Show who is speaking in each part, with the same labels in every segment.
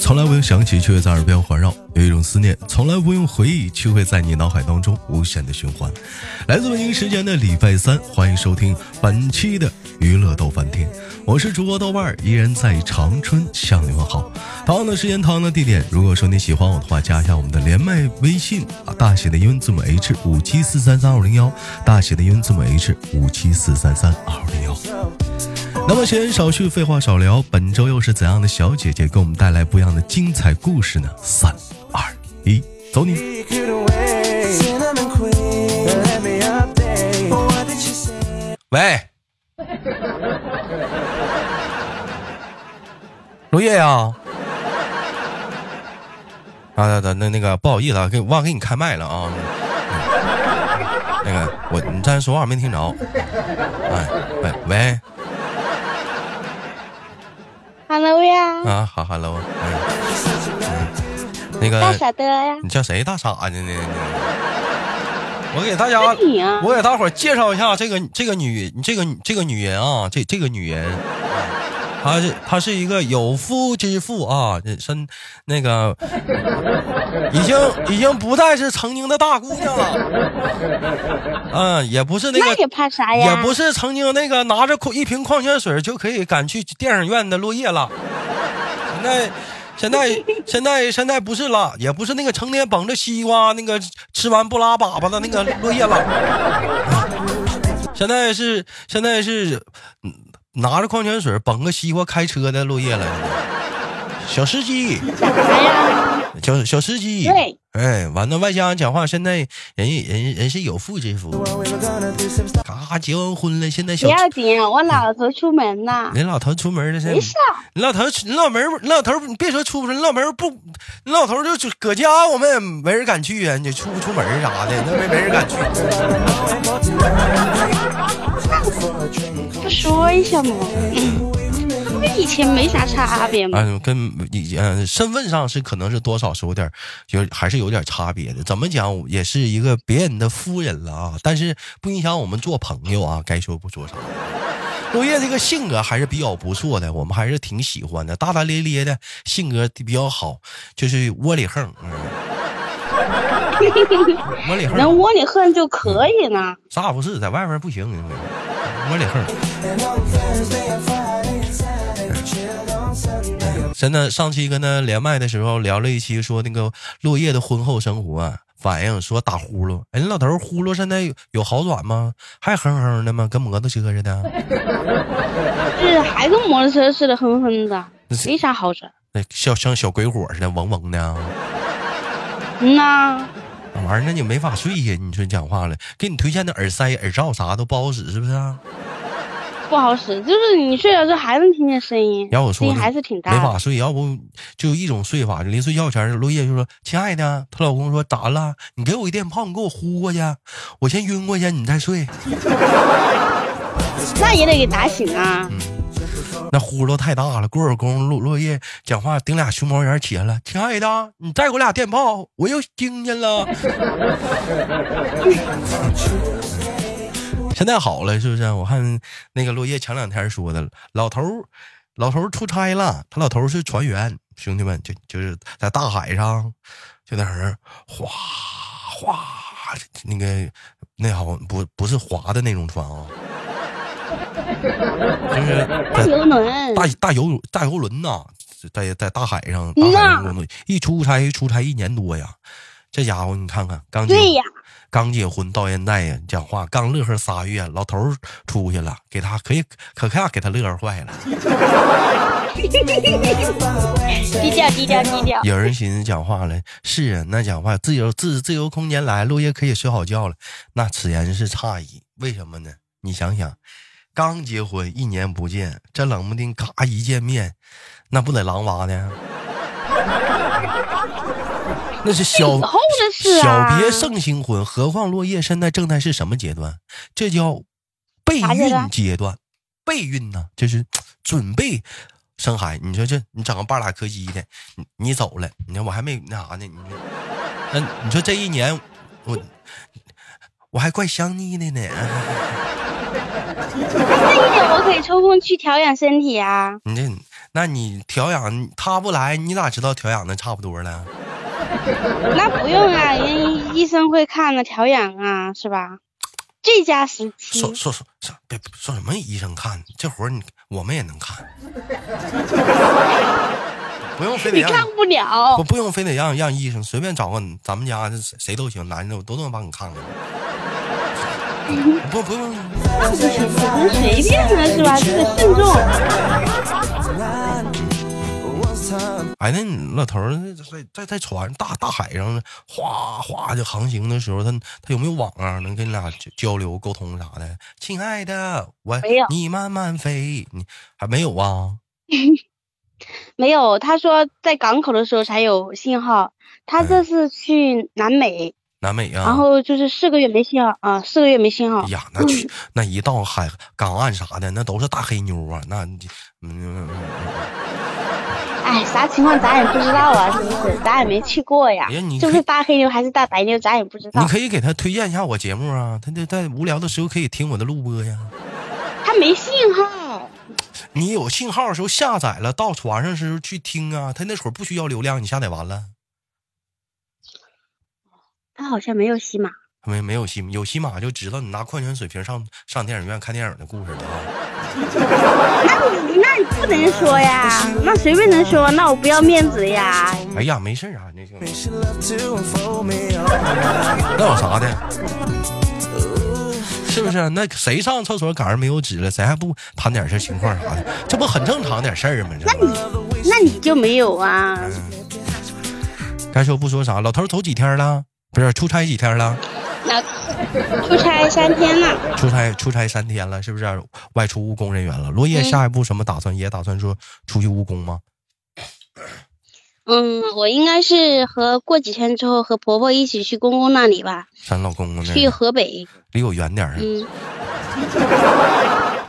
Speaker 1: 从来不用想起，却会在耳边环绕；有一种思念，从来不用回忆，却会在你脑海当中无限的循环。来自北京时间的礼拜三，欢迎收听本期的娱乐豆翻天，我是主播豆瓣儿，依然在长春向你问好。同样的时间，同样的地点，如果说你喜欢我的话，加一下我们的连麦微信啊，大写的英文字母 H 五七四三三二零幺，大写的英文字母 H 五七四三三二零幺。那么闲言少叙，废话少聊，本周又是怎样的小姐姐给我们带来不一样的精彩故事呢？三二一，走你！
Speaker 2: You couldn't wait. Cinnamon Queen, let me update. What did you say?
Speaker 3: 喂，罗烨呀、啊，啊，那那那个不好意思啊，给忘给你开麦了啊，嗯那个我你站着说话没听着，哎喂喂
Speaker 4: Hello 呀，
Speaker 3: 啊，好，hello，哎嗯那个
Speaker 4: 大傻的呀，
Speaker 3: 你叫谁大傻子呢？我给大家
Speaker 4: 是你啊，
Speaker 3: 我给大伙儿介绍一下这个这个女这个这个女人啊，这这个女人，她是她是一个有夫之妇啊，这身那个已经已经不再是曾经的大姑娘了，嗯，也不是那
Speaker 4: 那
Speaker 3: 个
Speaker 4: 也怕啥呀？
Speaker 3: 也不是曾经那个拿着矿一瓶矿泉水就可以赶去电影院的落叶了。现在，现在，现在，现在不是了，也不是那个成天捧着西瓜那个吃完不拉粑粑的那个落叶了。现在是现在是嗯拿着矿泉水捧个西瓜开车的落叶了。小司机，
Speaker 4: 啥呀？
Speaker 3: 小小司机，
Speaker 4: 对
Speaker 3: 哎，完了，外加讲话，现在人家人人是有妇之夫，
Speaker 2: Well, we were gonna do some stuff.
Speaker 3: 嘎结完婚了，现在
Speaker 4: 不
Speaker 3: 小嗯
Speaker 4: 要紧，啊我老头出门呢，
Speaker 3: 人老头出门了，现在
Speaker 4: 没事儿。
Speaker 3: 你老头儿，你老门儿，你老头儿，你别说出不出，你老门儿不，你老头儿就就搁家，我们也没人敢去啊，你出不出门儿啥的，那没没人敢去。
Speaker 4: 不说一下嘛，跟以前没啥差别嘛。
Speaker 3: 啊，跟以前、呃身份上是可能是多少是有点儿，有还是有点儿差别的。怎么讲，我也是一个别人的夫人了啊，但是不影响我们做朋友啊，该说不说啥。落叶这个性格还是比较不错的，我们还是挺喜欢的，大大咧咧的性格比较好，就是窝里横，嗯哎窝里横。
Speaker 4: 能窝里横就可以呢，
Speaker 3: 啥也不是，在外面不行，窝里横。
Speaker 2: And on Thursday and Friday and Saturday, we chilled on Sunday.
Speaker 3: 真的，上期跟他连麦的时候聊了一期，说那个落叶的婚后生活、啊，反映说打呼噜。哎，那老头儿呼噜现在有有好转吗？还哼哼的吗？跟摩托车似的。
Speaker 4: 就是还跟摩托车似的，哼哼的
Speaker 3: 那，是
Speaker 4: 没啥好整。
Speaker 3: 那像像小鬼火似的，嗡嗡的、啊，
Speaker 4: 嗯呐，
Speaker 3: 那玩意儿那就没法睡呀。你说讲话了，给你推荐的耳塞、耳罩啥都不好使，是不是啊？
Speaker 4: 不好使，就是你睡着之后还能听见声音，
Speaker 3: 要我
Speaker 4: 声
Speaker 3: 说
Speaker 4: 音
Speaker 3: 呢，
Speaker 4: 还是挺
Speaker 3: 没
Speaker 4: 大
Speaker 3: 法
Speaker 4: 的。
Speaker 3: 睡。要不就一种睡法，临睡觉前，落叶就说：“亲爱的。”她老公说：“咋了？你给我一电炮，你给我呼过去，我先晕过去，你再睡。
Speaker 4: 那也得给打醒啊！”
Speaker 3: 嗯那呼噜太大了，过会儿功夫落落叶讲话顶俩熊猫眼起来了：“亲爱的，你再给我俩电炮，我又听见了。”现在好了，是不是？我看那个落叶前两天说的，老头儿老头儿出差了，他老头儿是船员，兄弟们就就是在大海上，就在那儿哗哗，那个那好像不不是划的那种船啊， 就是
Speaker 4: 大游轮，
Speaker 3: 大大游大游轮呐、在在大海上，大
Speaker 4: 嗯
Speaker 3: 海
Speaker 4: 呐
Speaker 3: 上工作，一出差出差一年多呀，这家伙你看看，刚结
Speaker 4: 对呀，
Speaker 3: 刚结婚到现在呀，讲话刚乐呵仨月，老头儿出去了，给他可以可看给他乐呵坏了。
Speaker 4: 低调低调低调。
Speaker 3: 有人寻思讲话了，是啊，那讲话自由自自由空间来，落叶可以睡好觉了。那此言是差矣，为什么呢？你想想，刚结婚一年不见，这冷不丁嘎一见面，那不得狼哇的？ 那是 小
Speaker 4: 以后的事
Speaker 3: 小
Speaker 4: 啊
Speaker 3: 别胜新婚，何况落叶现在正在是什么阶段？这叫备
Speaker 4: 啥阶段
Speaker 3: 孕阶段，备孕呢，就是准备生孩子。你说这你整个半拉柯基的，你你走了，你看我还没那啥呢，你说，那你说这一年我我还怪想你的呢。
Speaker 4: 这一点我可以抽空去调养身体啊！
Speaker 3: 你这那你调养他不来，你咋知道调养的差不多了？
Speaker 4: 那不用啊，人医生会看的，调养啊，是吧？最佳时期。
Speaker 3: 说说说说，别说什么医生看，这活儿你我们也能看，不用非得
Speaker 4: 你
Speaker 3: 让
Speaker 4: 看不了
Speaker 3: 不，不用非得让让医生随便找个咱们家谁谁都行，男的我都能帮你看 看。不不用，
Speaker 4: 能随便的是吧？这得慎重。
Speaker 3: 哎，那你老头儿在在在船大大海上哗哗就航行的时候，他他有没有网啊？能跟你俩交交流沟通啥的？亲爱的，我
Speaker 4: 没有
Speaker 3: 你慢慢飞，你还没有啊？
Speaker 4: 没有，他说在港口的时候才有信号。他这次去南美，
Speaker 3: 南美啊？
Speaker 4: 然后就是四个月没信号啊，四个月没信号
Speaker 3: 哎。呀，那去那一到海港岸啥的，那都是大黑妞啊！那你嗯，
Speaker 4: 哎，啥情况咱也不知道啊，是不是？咱也没去过呀
Speaker 3: 哎呀你，
Speaker 4: 就
Speaker 3: 可
Speaker 4: 是
Speaker 3: 以
Speaker 4: 大黑牛还是大白牛，咱也不知
Speaker 3: 你
Speaker 4: 道。
Speaker 3: 可以给他推荐一下我节目啊，他就在无聊的时候可以听我的录播呀。
Speaker 4: 他没信号，
Speaker 3: 你有信号的时候下载了，到船上时候去听啊。他那会儿不需要流量，你下载完了
Speaker 4: 他好像没有喜马。
Speaker 3: 没没有喜有喜马就知道你拿矿泉水瓶上上电影院看电影的故事了啊。
Speaker 4: 那哎你那你不能说呀，那随便能说，那我不要面子呀。
Speaker 3: 哎呀，没事儿啊，那就
Speaker 2: She loved to unfold me all night.
Speaker 3: 那有啥的，是不是？那谁上厕所赶上没有纸了，谁还不谈点事儿情况啥的？这不很正常点事儿吗？这不
Speaker 4: 那你就没有啊？
Speaker 3: 该说不说啥，老头儿走几天了？不是出差几天了？
Speaker 4: 那出差三天了，
Speaker 3: 出差出差三天了，是不是？外出务工人员了。落叶下一步什么打算？也打算说出去务工吗？
Speaker 4: 嗯，我应该是和过几天之后和婆婆一起去公公那里吧，
Speaker 3: 咱老公啊公那
Speaker 4: 去河北。
Speaker 3: 离我远点儿啊。
Speaker 4: 嗯，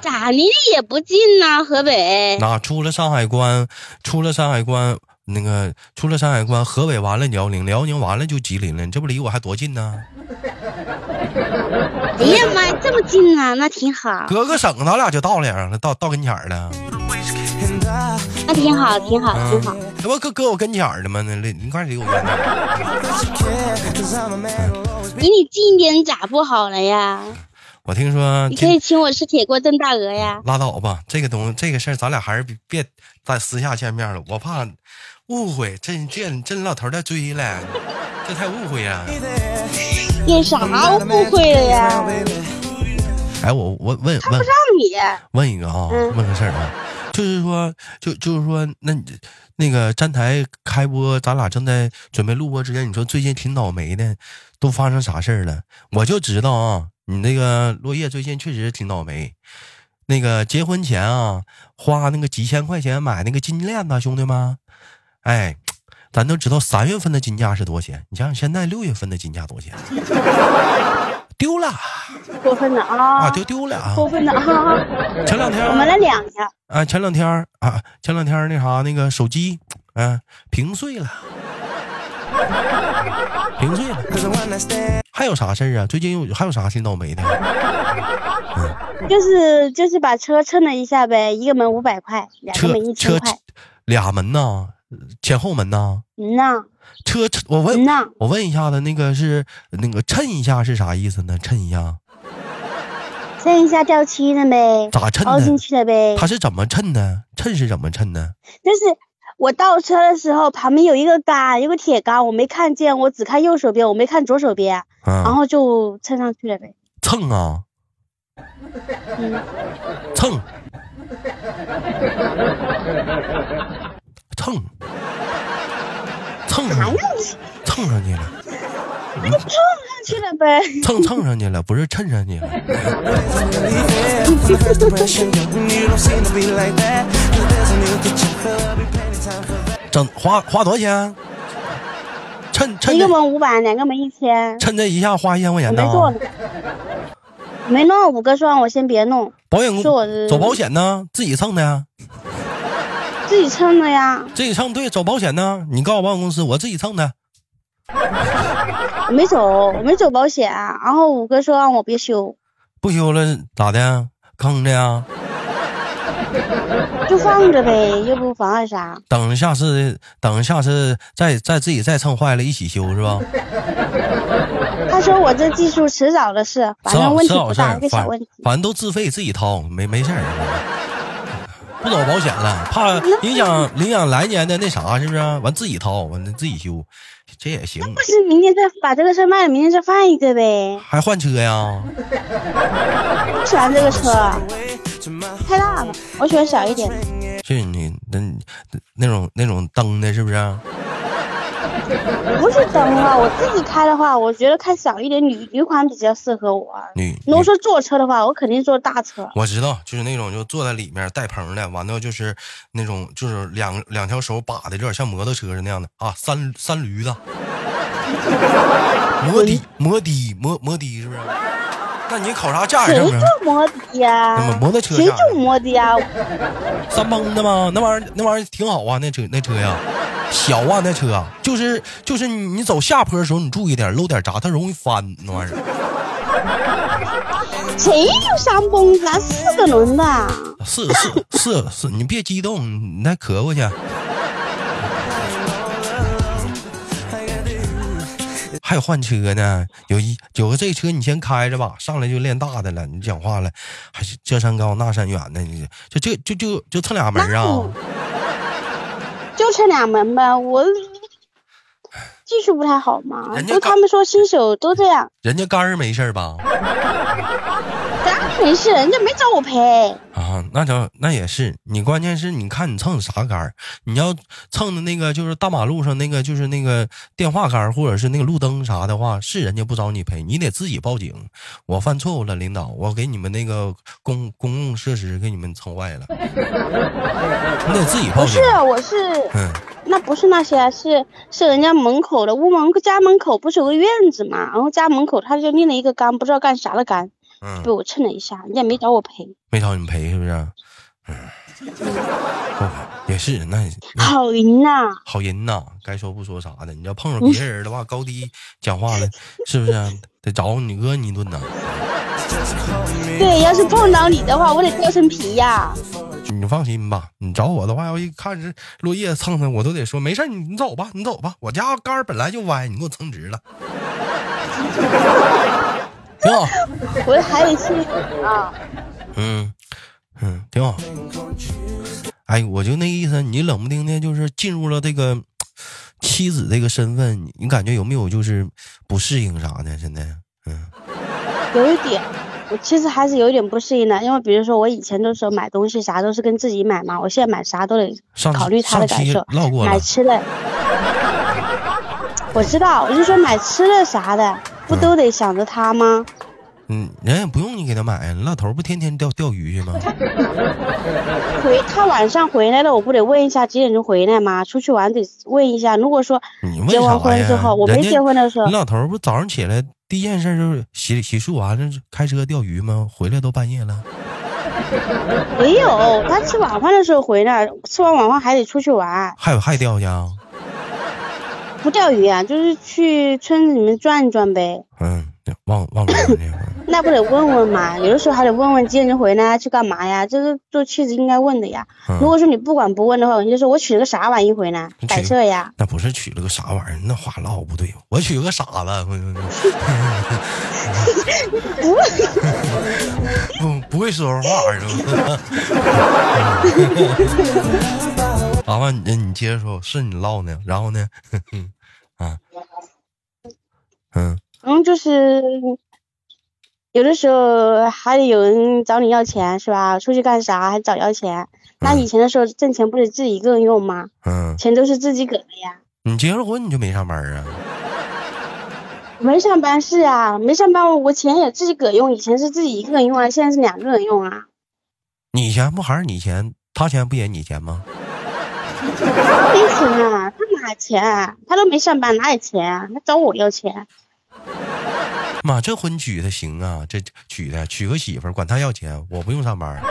Speaker 4: 咋离得也不近呐、河北。
Speaker 3: 那出了山海关，出了山海关，那个出了山海关，河北完了辽宁，辽宁完了就吉林了，你这不离我还多近呢？
Speaker 4: 哎呀妈呀，这么近啊，那挺好，
Speaker 3: 隔个省，咱俩就到了呀，到到跟前儿了。
Speaker 2: And I
Speaker 4: 那挺好，挺好，挺好。
Speaker 3: 这不搁搁我跟前儿了吗？那离你快离我远点儿。
Speaker 2: care, cause I'm a man who'll always be
Speaker 4: 离你近一点咋不好了呀？
Speaker 3: 我听说
Speaker 4: 你可
Speaker 3: 今
Speaker 4: 以请我吃铁锅炖大鹅呀。
Speaker 3: 拉倒吧，这个东西，这个事儿，咱俩还是别别在私下见面了，我怕误会。这这这老头儿在追了，这太误会了。
Speaker 2: there.
Speaker 4: 有啥
Speaker 2: Not a
Speaker 4: 误
Speaker 2: man
Speaker 4: 会了
Speaker 2: now,
Speaker 4: 呀？
Speaker 2: baby.
Speaker 3: 哎，我我问问
Speaker 4: 让你
Speaker 3: 问一个啊，
Speaker 4: 嗯
Speaker 3: 问个事儿啊，就是说，就就是说，那你那个站台开播，咱俩正在准备录播之前，你说最近挺倒霉的，都发生啥事儿了？我就知道啊，你那个落叶最近确实挺倒霉。那个结婚前啊，花那个几千块钱买那个金链子，兄弟们，哎，咱都知道三月份的金价是多少钱，你想想现在六月份的金价多少钱？丢了
Speaker 4: 过分了啊
Speaker 3: 啊，丢丢了啊！
Speaker 4: 过分了啊！
Speaker 3: 前两天
Speaker 4: 我们来两下，
Speaker 3: 啊，前两天儿啊，前两天儿那啥那个手机，嗯、屏碎了，屏碎了。
Speaker 2: Cause the one I stand
Speaker 3: 还有啥事儿啊？最近有还有啥挺倒霉的？
Speaker 4: 就是就是把车蹭了一下呗，一个门五百块，两个
Speaker 3: 车
Speaker 4: 门一千
Speaker 3: 车
Speaker 4: 块。
Speaker 3: 俩门呐，前后门呐，
Speaker 4: 嗯呐，
Speaker 3: 车我
Speaker 4: 嗯
Speaker 3: 问
Speaker 4: 呐，
Speaker 3: 我问一下子，那个是那个衬一下是啥意思呢？衬一下
Speaker 4: 蹭一下掉漆了呗，
Speaker 3: 咋衬
Speaker 4: 凹进
Speaker 3: 的？
Speaker 4: 去了呗。
Speaker 3: 它是怎么衬的？衬是怎么衬的？
Speaker 4: 就是我倒车的时候，旁边有一个杆，有个铁杆，我没看见，我只看右手边，我没看左手边，然
Speaker 3: 啊，
Speaker 4: 后就蹭上去了呗。
Speaker 3: 蹭啊，
Speaker 4: 嗯，
Speaker 3: 蹭，蹭，蹭
Speaker 4: 啥
Speaker 3: 上
Speaker 4: 呀
Speaker 3: 去，？蹭上去了，
Speaker 4: 蹭去了呗。
Speaker 3: 蹭蹭上去了，不是蹭上去了。
Speaker 2: leaving. First impression, and you don't seem to be like that. Cause there's a new kitchen, fill up your plenty time for that.
Speaker 3: 整花花多少钱？啊趁趁
Speaker 4: 一个
Speaker 3: 这
Speaker 4: 门五百，两个门一千，
Speaker 3: 趁这一下花一千块
Speaker 4: 啊
Speaker 3: 钱
Speaker 4: 我
Speaker 3: 呢啊
Speaker 4: 没？做呢。没弄五个双，我先别弄，
Speaker 3: 保险
Speaker 4: 是我的
Speaker 3: 公走保险呢？自己蹭的呀？
Speaker 4: 自己蹭的呀，
Speaker 3: 自己蹭对，走保险呢？你告诉保险公司，我自己蹭的。
Speaker 4: 我没走，我没走保险，然后五哥说让我别
Speaker 3: 啊
Speaker 4: 修，
Speaker 3: 不修了咋的？坑的呀？
Speaker 4: 就放着呗，又不妨碍啥。
Speaker 3: 等下次，等下次再再自己再蹭坏了，一起修 是吧？
Speaker 4: 他说我这技术迟早的事，反正问题不大，一个小
Speaker 3: 反
Speaker 4: 问题。
Speaker 3: 反正都自费自己掏，没没事儿， 不找保险了，怕影响影响来年的那啥是不是、啊？完自己掏，完了自己修，这也行，
Speaker 4: 不是明天再把这个事儿卖了，明天再换一个呗。
Speaker 3: 还换车呀？
Speaker 4: 不喜欢这个车，太大了，我喜欢小一点的。
Speaker 3: 这你那那种那种蹬的，是不是啊、
Speaker 4: 我不是灯啊，我自己开的话，我觉得开小一点女女款比较适合我。
Speaker 3: 女
Speaker 4: 如果说坐车的话，我肯定坐大车。
Speaker 3: 我知道，就是那种就坐在里面带棚的，完了就是那种就是两两条手把的，有点像摩托车似的那样的啊，三三驴子，摩的摩的摩摩的是不是？那你考啥驾驶
Speaker 4: 谁
Speaker 3: 证啊？
Speaker 4: 坐摩的呀、
Speaker 3: 那么摩托车
Speaker 4: 谁
Speaker 3: 上
Speaker 4: 坐摩的呀、
Speaker 3: 三蹦的吗？那玩意儿那玩意儿挺好啊，那车那车呀，小啊那车啊，就是就是你走下坡的时候你注意点，搂点闸，它容易翻那玩意儿。
Speaker 4: 谁有三蹦子啊？四个轮子啊？
Speaker 3: 是是是是，你别激动，你再咳过去。还有换车呢，有一有个这车你先开着吧，上来就练大的了。你讲话了，还是这山高那山远的，你这就就就就蹭俩门啊？
Speaker 4: 就这俩门呗，我技术不太好嘛。
Speaker 3: 人家
Speaker 4: 就
Speaker 3: 刚
Speaker 4: 他们说新手都这样，
Speaker 3: 人家杆儿没事儿吧？
Speaker 4: 咱没事，人家没找我赔。
Speaker 3: 啊，那叫那也是，你关键是你看你蹭啥杆儿，你要蹭的那个就是大马路上那个就是那个电话杆儿或者是那个路灯啥的话，是人家不找你赔，你得自己报警。我犯错误了，领导，我给你们那个公公共设施给你们蹭坏了，你得自己报
Speaker 4: 不
Speaker 3: 警
Speaker 4: 是。，哦我是
Speaker 3: 嗯，
Speaker 4: 那不是那些啊，是是人家门口的屋门家门口不是有个院子嘛，然后家门口他就立了一个杆，不知道干啥的杆，
Speaker 3: 嗯
Speaker 4: 被我蹭了一下，人家没找我赔，
Speaker 3: 没找你赔是不是？嗯，哦也是，那
Speaker 4: 好人呐、
Speaker 3: 好人呐，该说不说啥的。你要碰上别人的话，高低讲话了，是不是啊、得找你讹你一顿呐？
Speaker 4: 对，要是碰到你的话，我得掉层皮呀、
Speaker 3: 你放心吧，你找我的话，要一看是落叶蹭蹭，我都得说没事儿，你你走吧，你走吧，我家杆儿本来就歪，你给我蹭直了。挺好，
Speaker 4: 我还得去啊。
Speaker 3: 嗯嗯，挺好。哎，我就那意思，你冷不丁的，就是进入了这个妻子这个身份，你你感觉有没有就是不适应啥的？现在，嗯。
Speaker 4: 有一点，我其实还是有一点不适应的，因为比如说我以前都是买东西啥都是跟自己买嘛，我现在买啥都得
Speaker 3: 上
Speaker 4: 考虑他的感受
Speaker 3: 上期唠过，了
Speaker 4: 买吃的。我知道，我就说买吃的啥的，不都得想着他吗？
Speaker 3: 嗯，人也不用你给他买，老头儿不天天钓钓鱼去吗？
Speaker 4: 回他晚上回来了，我不得问一下几点钟回来吗？出去玩得问一下。如果说
Speaker 3: 你问
Speaker 4: 结
Speaker 3: 啥
Speaker 4: 完婚
Speaker 3: 呀？
Speaker 4: 之后，我没
Speaker 3: 人家
Speaker 4: 结婚的时候
Speaker 3: 你，老头儿不早上起来第一件事就是洗洗漱完了就开车钓鱼吗？回来都半夜了。
Speaker 4: 没有，他吃晚饭的时候回来，吃完晚饭还得出去玩，
Speaker 3: 还有还钓去啊？
Speaker 4: 不钓鱼啊，就是去村子里面转一转呗。
Speaker 3: 嗯，忘忘了这会儿
Speaker 4: 那不得问问嘛？有的时候还得问问几点钟回来，去干嘛呀？这是做妻子应该问的呀。
Speaker 3: 嗯
Speaker 4: 如果说你不管不问的话，人家说我娶了个啥玩意回来
Speaker 3: 你，娶
Speaker 4: 摆设呀。
Speaker 3: 那不是娶了个啥玩意儿？那话唠不对，我娶个傻子，不不会说话 是吧？麻烦你，你接着说，是你唠呢，然后呢？ 啊，嗯，
Speaker 4: 然后就是有的时候还得有人找你要钱是吧？出去干啥还找要钱？那
Speaker 3: 嗯
Speaker 4: 以前的时候挣钱不得自己一个人用吗？
Speaker 3: 嗯，
Speaker 4: 钱都是自己给的呀。
Speaker 3: 你结了婚你就没上班儿啊？
Speaker 4: 没上班是啊，没上班我钱也自己给用，以前是自己一个人用啊，现在是两个人用啊。
Speaker 3: 你钱不还是你钱？他钱不也你钱吗？
Speaker 4: 没钱啊，他哪钱啊？他都没上班，哪有钱啊？他找我要钱。
Speaker 3: 妈，这婚娶的行啊，这娶的娶个媳妇儿，管他要钱，我不用上班儿。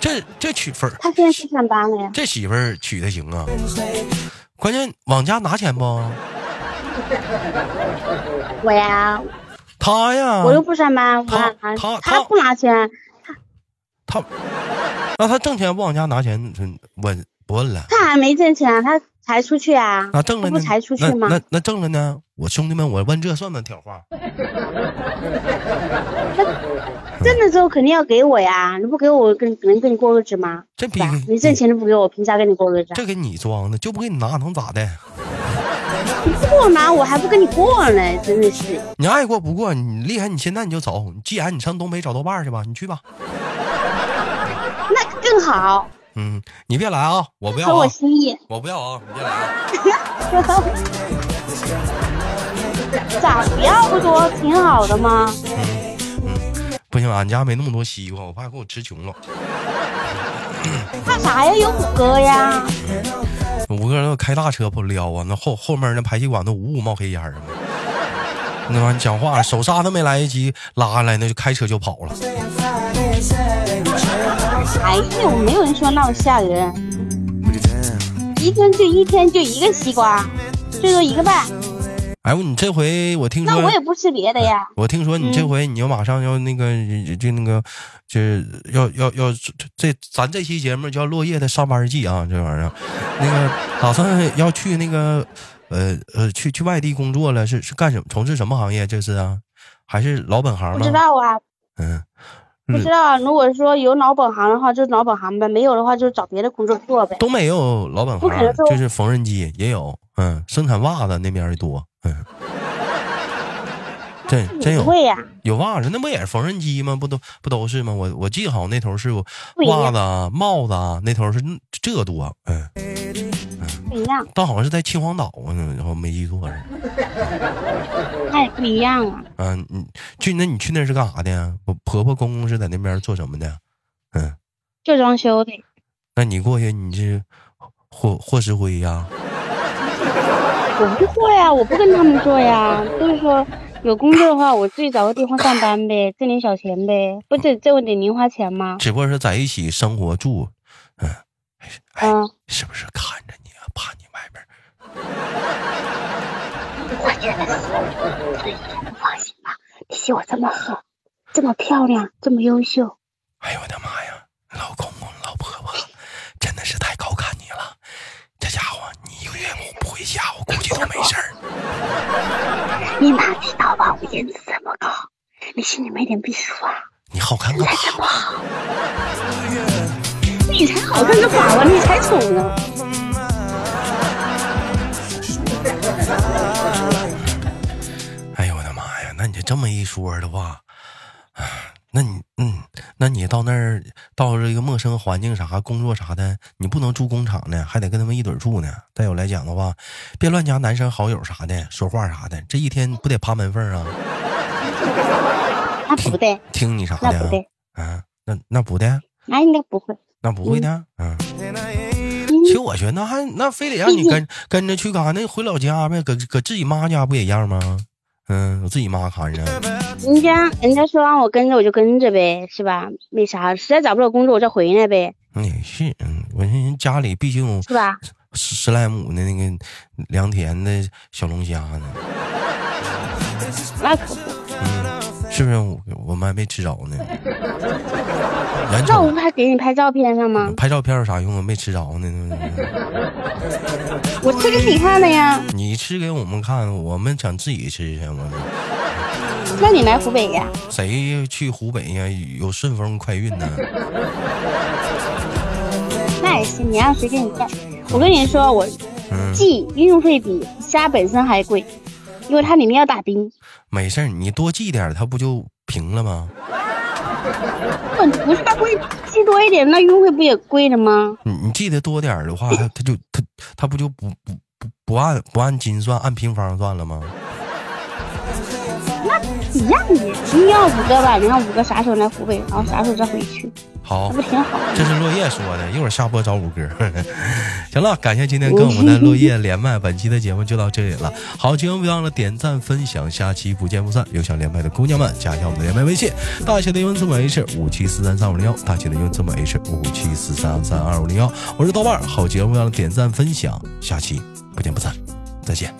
Speaker 3: 这这娶粉儿，
Speaker 4: 他现在去上班了呀。
Speaker 3: 这媳妇儿娶的行啊。关键往家拿钱不？
Speaker 4: 我呀，
Speaker 3: 他呀，
Speaker 4: 我又不上班，我
Speaker 3: 他
Speaker 4: 哪拿
Speaker 3: 嗯他他
Speaker 4: 他不拿钱，
Speaker 3: 他，那他挣钱不往家拿钱，嗯我不问了。
Speaker 4: 他还没挣钱啊，他才出去啊，
Speaker 3: 那挣了
Speaker 4: 他不
Speaker 3: 呢？
Speaker 4: 才出去吗
Speaker 3: 那？嗯那那挣了呢？我兄弟们，我问这算不算挑话？
Speaker 4: 挣了之后肯定要给我呀，你不给我我跟能跟你过日子吗？
Speaker 3: 这
Speaker 4: 是
Speaker 3: 逼
Speaker 4: 吧
Speaker 3: 给，
Speaker 4: 你挣钱都不给我，凭啥跟你过日子啊？
Speaker 3: 这给你装的，就不给你拿能咋的？
Speaker 4: 你不给我拿，我还不跟你过呢，真的是。
Speaker 3: 你爱过不过，你厉害，你现在你就走。你既然你上东北找豆瓣儿去吧，你去吧。
Speaker 4: 那更好，
Speaker 3: 嗯，你别来啊，我不要
Speaker 4: 合我
Speaker 3: 啊，
Speaker 4: 心意。
Speaker 3: 我不要啊，你别来啊。
Speaker 4: 咋不要不多，挺好的嘛。
Speaker 3: 不行，俺家没那么多西瓜，我怕给我吃穷了。
Speaker 4: 怕啥呀？有五哥呀。
Speaker 3: 五个人都开大车不撩啊，那后后面那排气管都呜呜冒黑烟儿啊。那玩意儿讲话手刹都没来得及拉下来，那就开车就跑了。
Speaker 4: 哎呦，没有人说那么吓人，一天就一天就一个西瓜，最多一个半。
Speaker 3: 哎，我你这回我听
Speaker 4: 那
Speaker 3: 说
Speaker 4: 我，也不吃别的呀。
Speaker 3: 我听说你这
Speaker 4: 嗯
Speaker 3: 回你要马上要那个就那个，就是要要要这咱这期节目叫《落叶的上班记》啊，这玩意儿，那个打算要去那个呃呃去去外地工作了，是是干什么？从事什么行业？这是啊，还是老本行
Speaker 4: 不
Speaker 3: 吗？
Speaker 4: 知道啊，
Speaker 3: 嗯，
Speaker 4: 不知道。如果说有老本行的话，就老本行呗；没有的话，就找别的工作做呗。
Speaker 3: 东北也有老本
Speaker 4: 不可
Speaker 3: 行
Speaker 4: 能，说
Speaker 3: 就是缝纫机也有，嗯，生产袜子那边儿多，嗯， 真真
Speaker 4: 不
Speaker 3: 有
Speaker 4: 会呀、
Speaker 3: 有袜子，那不也是缝纫机吗？不都不都是吗？我我记好那头是有
Speaker 4: 不一样
Speaker 3: 袜子啊、帽子啊，那头是嗯这多，嗯，
Speaker 4: 不一样，
Speaker 3: 但好像是在秦皇岛啊，然后没记错是，
Speaker 4: 那也不一样啊。
Speaker 3: 嗯，你去那你去那是干啥的呀？我婆婆公公是在那边做什么的？嗯，
Speaker 4: 就装修的，
Speaker 3: 那你过去你是霍霍石灰呀、
Speaker 4: 我不做呀，我不跟他们做呀。就是说，有工作的话，我自己找个地方上班呗，挣点小钱呗，不得挣点零花钱吗？
Speaker 3: 只不过是在一起生活住，嗯，哎哎，
Speaker 4: 嗯，
Speaker 3: 是不是看着你啊？怕你外边儿？
Speaker 4: 我觉得我对你不放心吧？你see 我这么好，这么漂亮，这么优秀，
Speaker 3: 哎呦我的妈呀！老公公、老婆婆，真的是太高看你了。这家伙，你一个月不不回家，我估计都没事儿。
Speaker 4: 你哪知道吧？我颜值这么高，你心里没点逼数啊？
Speaker 3: 你好看个嘛？
Speaker 4: 你才好看个宝宝，你才丑呢！
Speaker 3: 哎呦我的妈呀！那你这么一说的话，唉那你嗯，那你到那儿到这个陌生环境啥工作啥的，你不能住工厂呢，还得跟他们一堆儿住呢。再有来讲的话，别乱加男生好友啥的，说话啥的，这一天不得趴门缝儿啊？
Speaker 4: 那不对，
Speaker 3: 听你啥的
Speaker 4: 那
Speaker 3: 啊？
Speaker 4: 不对，
Speaker 3: 啊，那那不的，
Speaker 4: 那应该不会。
Speaker 3: 那不会的，嗯。其实我觉得那还那非得让
Speaker 4: 毕
Speaker 3: 你
Speaker 4: 竟
Speaker 3: 跟跟着去干，那回老家呗，搁搁自己妈家不也一样吗？嗯，我自己妈看着，
Speaker 4: 人家人家说让我跟着我就跟着呗，是吧？没啥，实在找不着工作我再回来呗，
Speaker 3: 那也是，嗯，我这人家里毕竟有
Speaker 4: 是吧？
Speaker 3: 十十来亩的那个良田的小龙虾呢，
Speaker 4: 那可不，
Speaker 3: 是不是我？我们还没吃着呢，眼
Speaker 4: 那我
Speaker 3: 瞅
Speaker 4: 不还给你拍照片上吗？
Speaker 3: 拍照片有啥用啊？没吃着呢，
Speaker 4: 我吃给你看的呀。
Speaker 3: 你吃给我们看，我们想自己吃去，我们。
Speaker 4: 那你来湖北呀？
Speaker 3: 谁去湖北呀？有顺风快运呢？
Speaker 4: 那也行，你让谁给你带？我跟你说，我
Speaker 3: 嗯，
Speaker 4: 寄运费比虾本身还贵，因为它里面要打冰。
Speaker 3: 没事儿，你多寄点儿，它不就平了吗？
Speaker 4: 不，不是它贵，寄多一点，那运费不也贵了吗？
Speaker 3: 你你寄的多点儿的话，它它就它它不就不不不不按不按斤算，按平方算了吗？
Speaker 4: 一样的，你要五个吧，你看五个啥时候来湖北，然后啥时候再回去，
Speaker 3: 好
Speaker 4: 那不，挺好的
Speaker 3: 这
Speaker 4: 吗？
Speaker 3: 是落叶说的，一会儿下播找五哥。 行了，感谢今天跟我们的落叶连麦，本期的节目就到这里了。好，节目别忘了点赞分享，下期不见不散。有想连麦的姑娘们，加一下我们的连麦微信，大写的英文字母 H 五七四三三五零幺，大写的英文字母 H 五七四三三二五零幺。我是豆瓣儿，好节目别忘了点赞分享，下期不见不散，再见。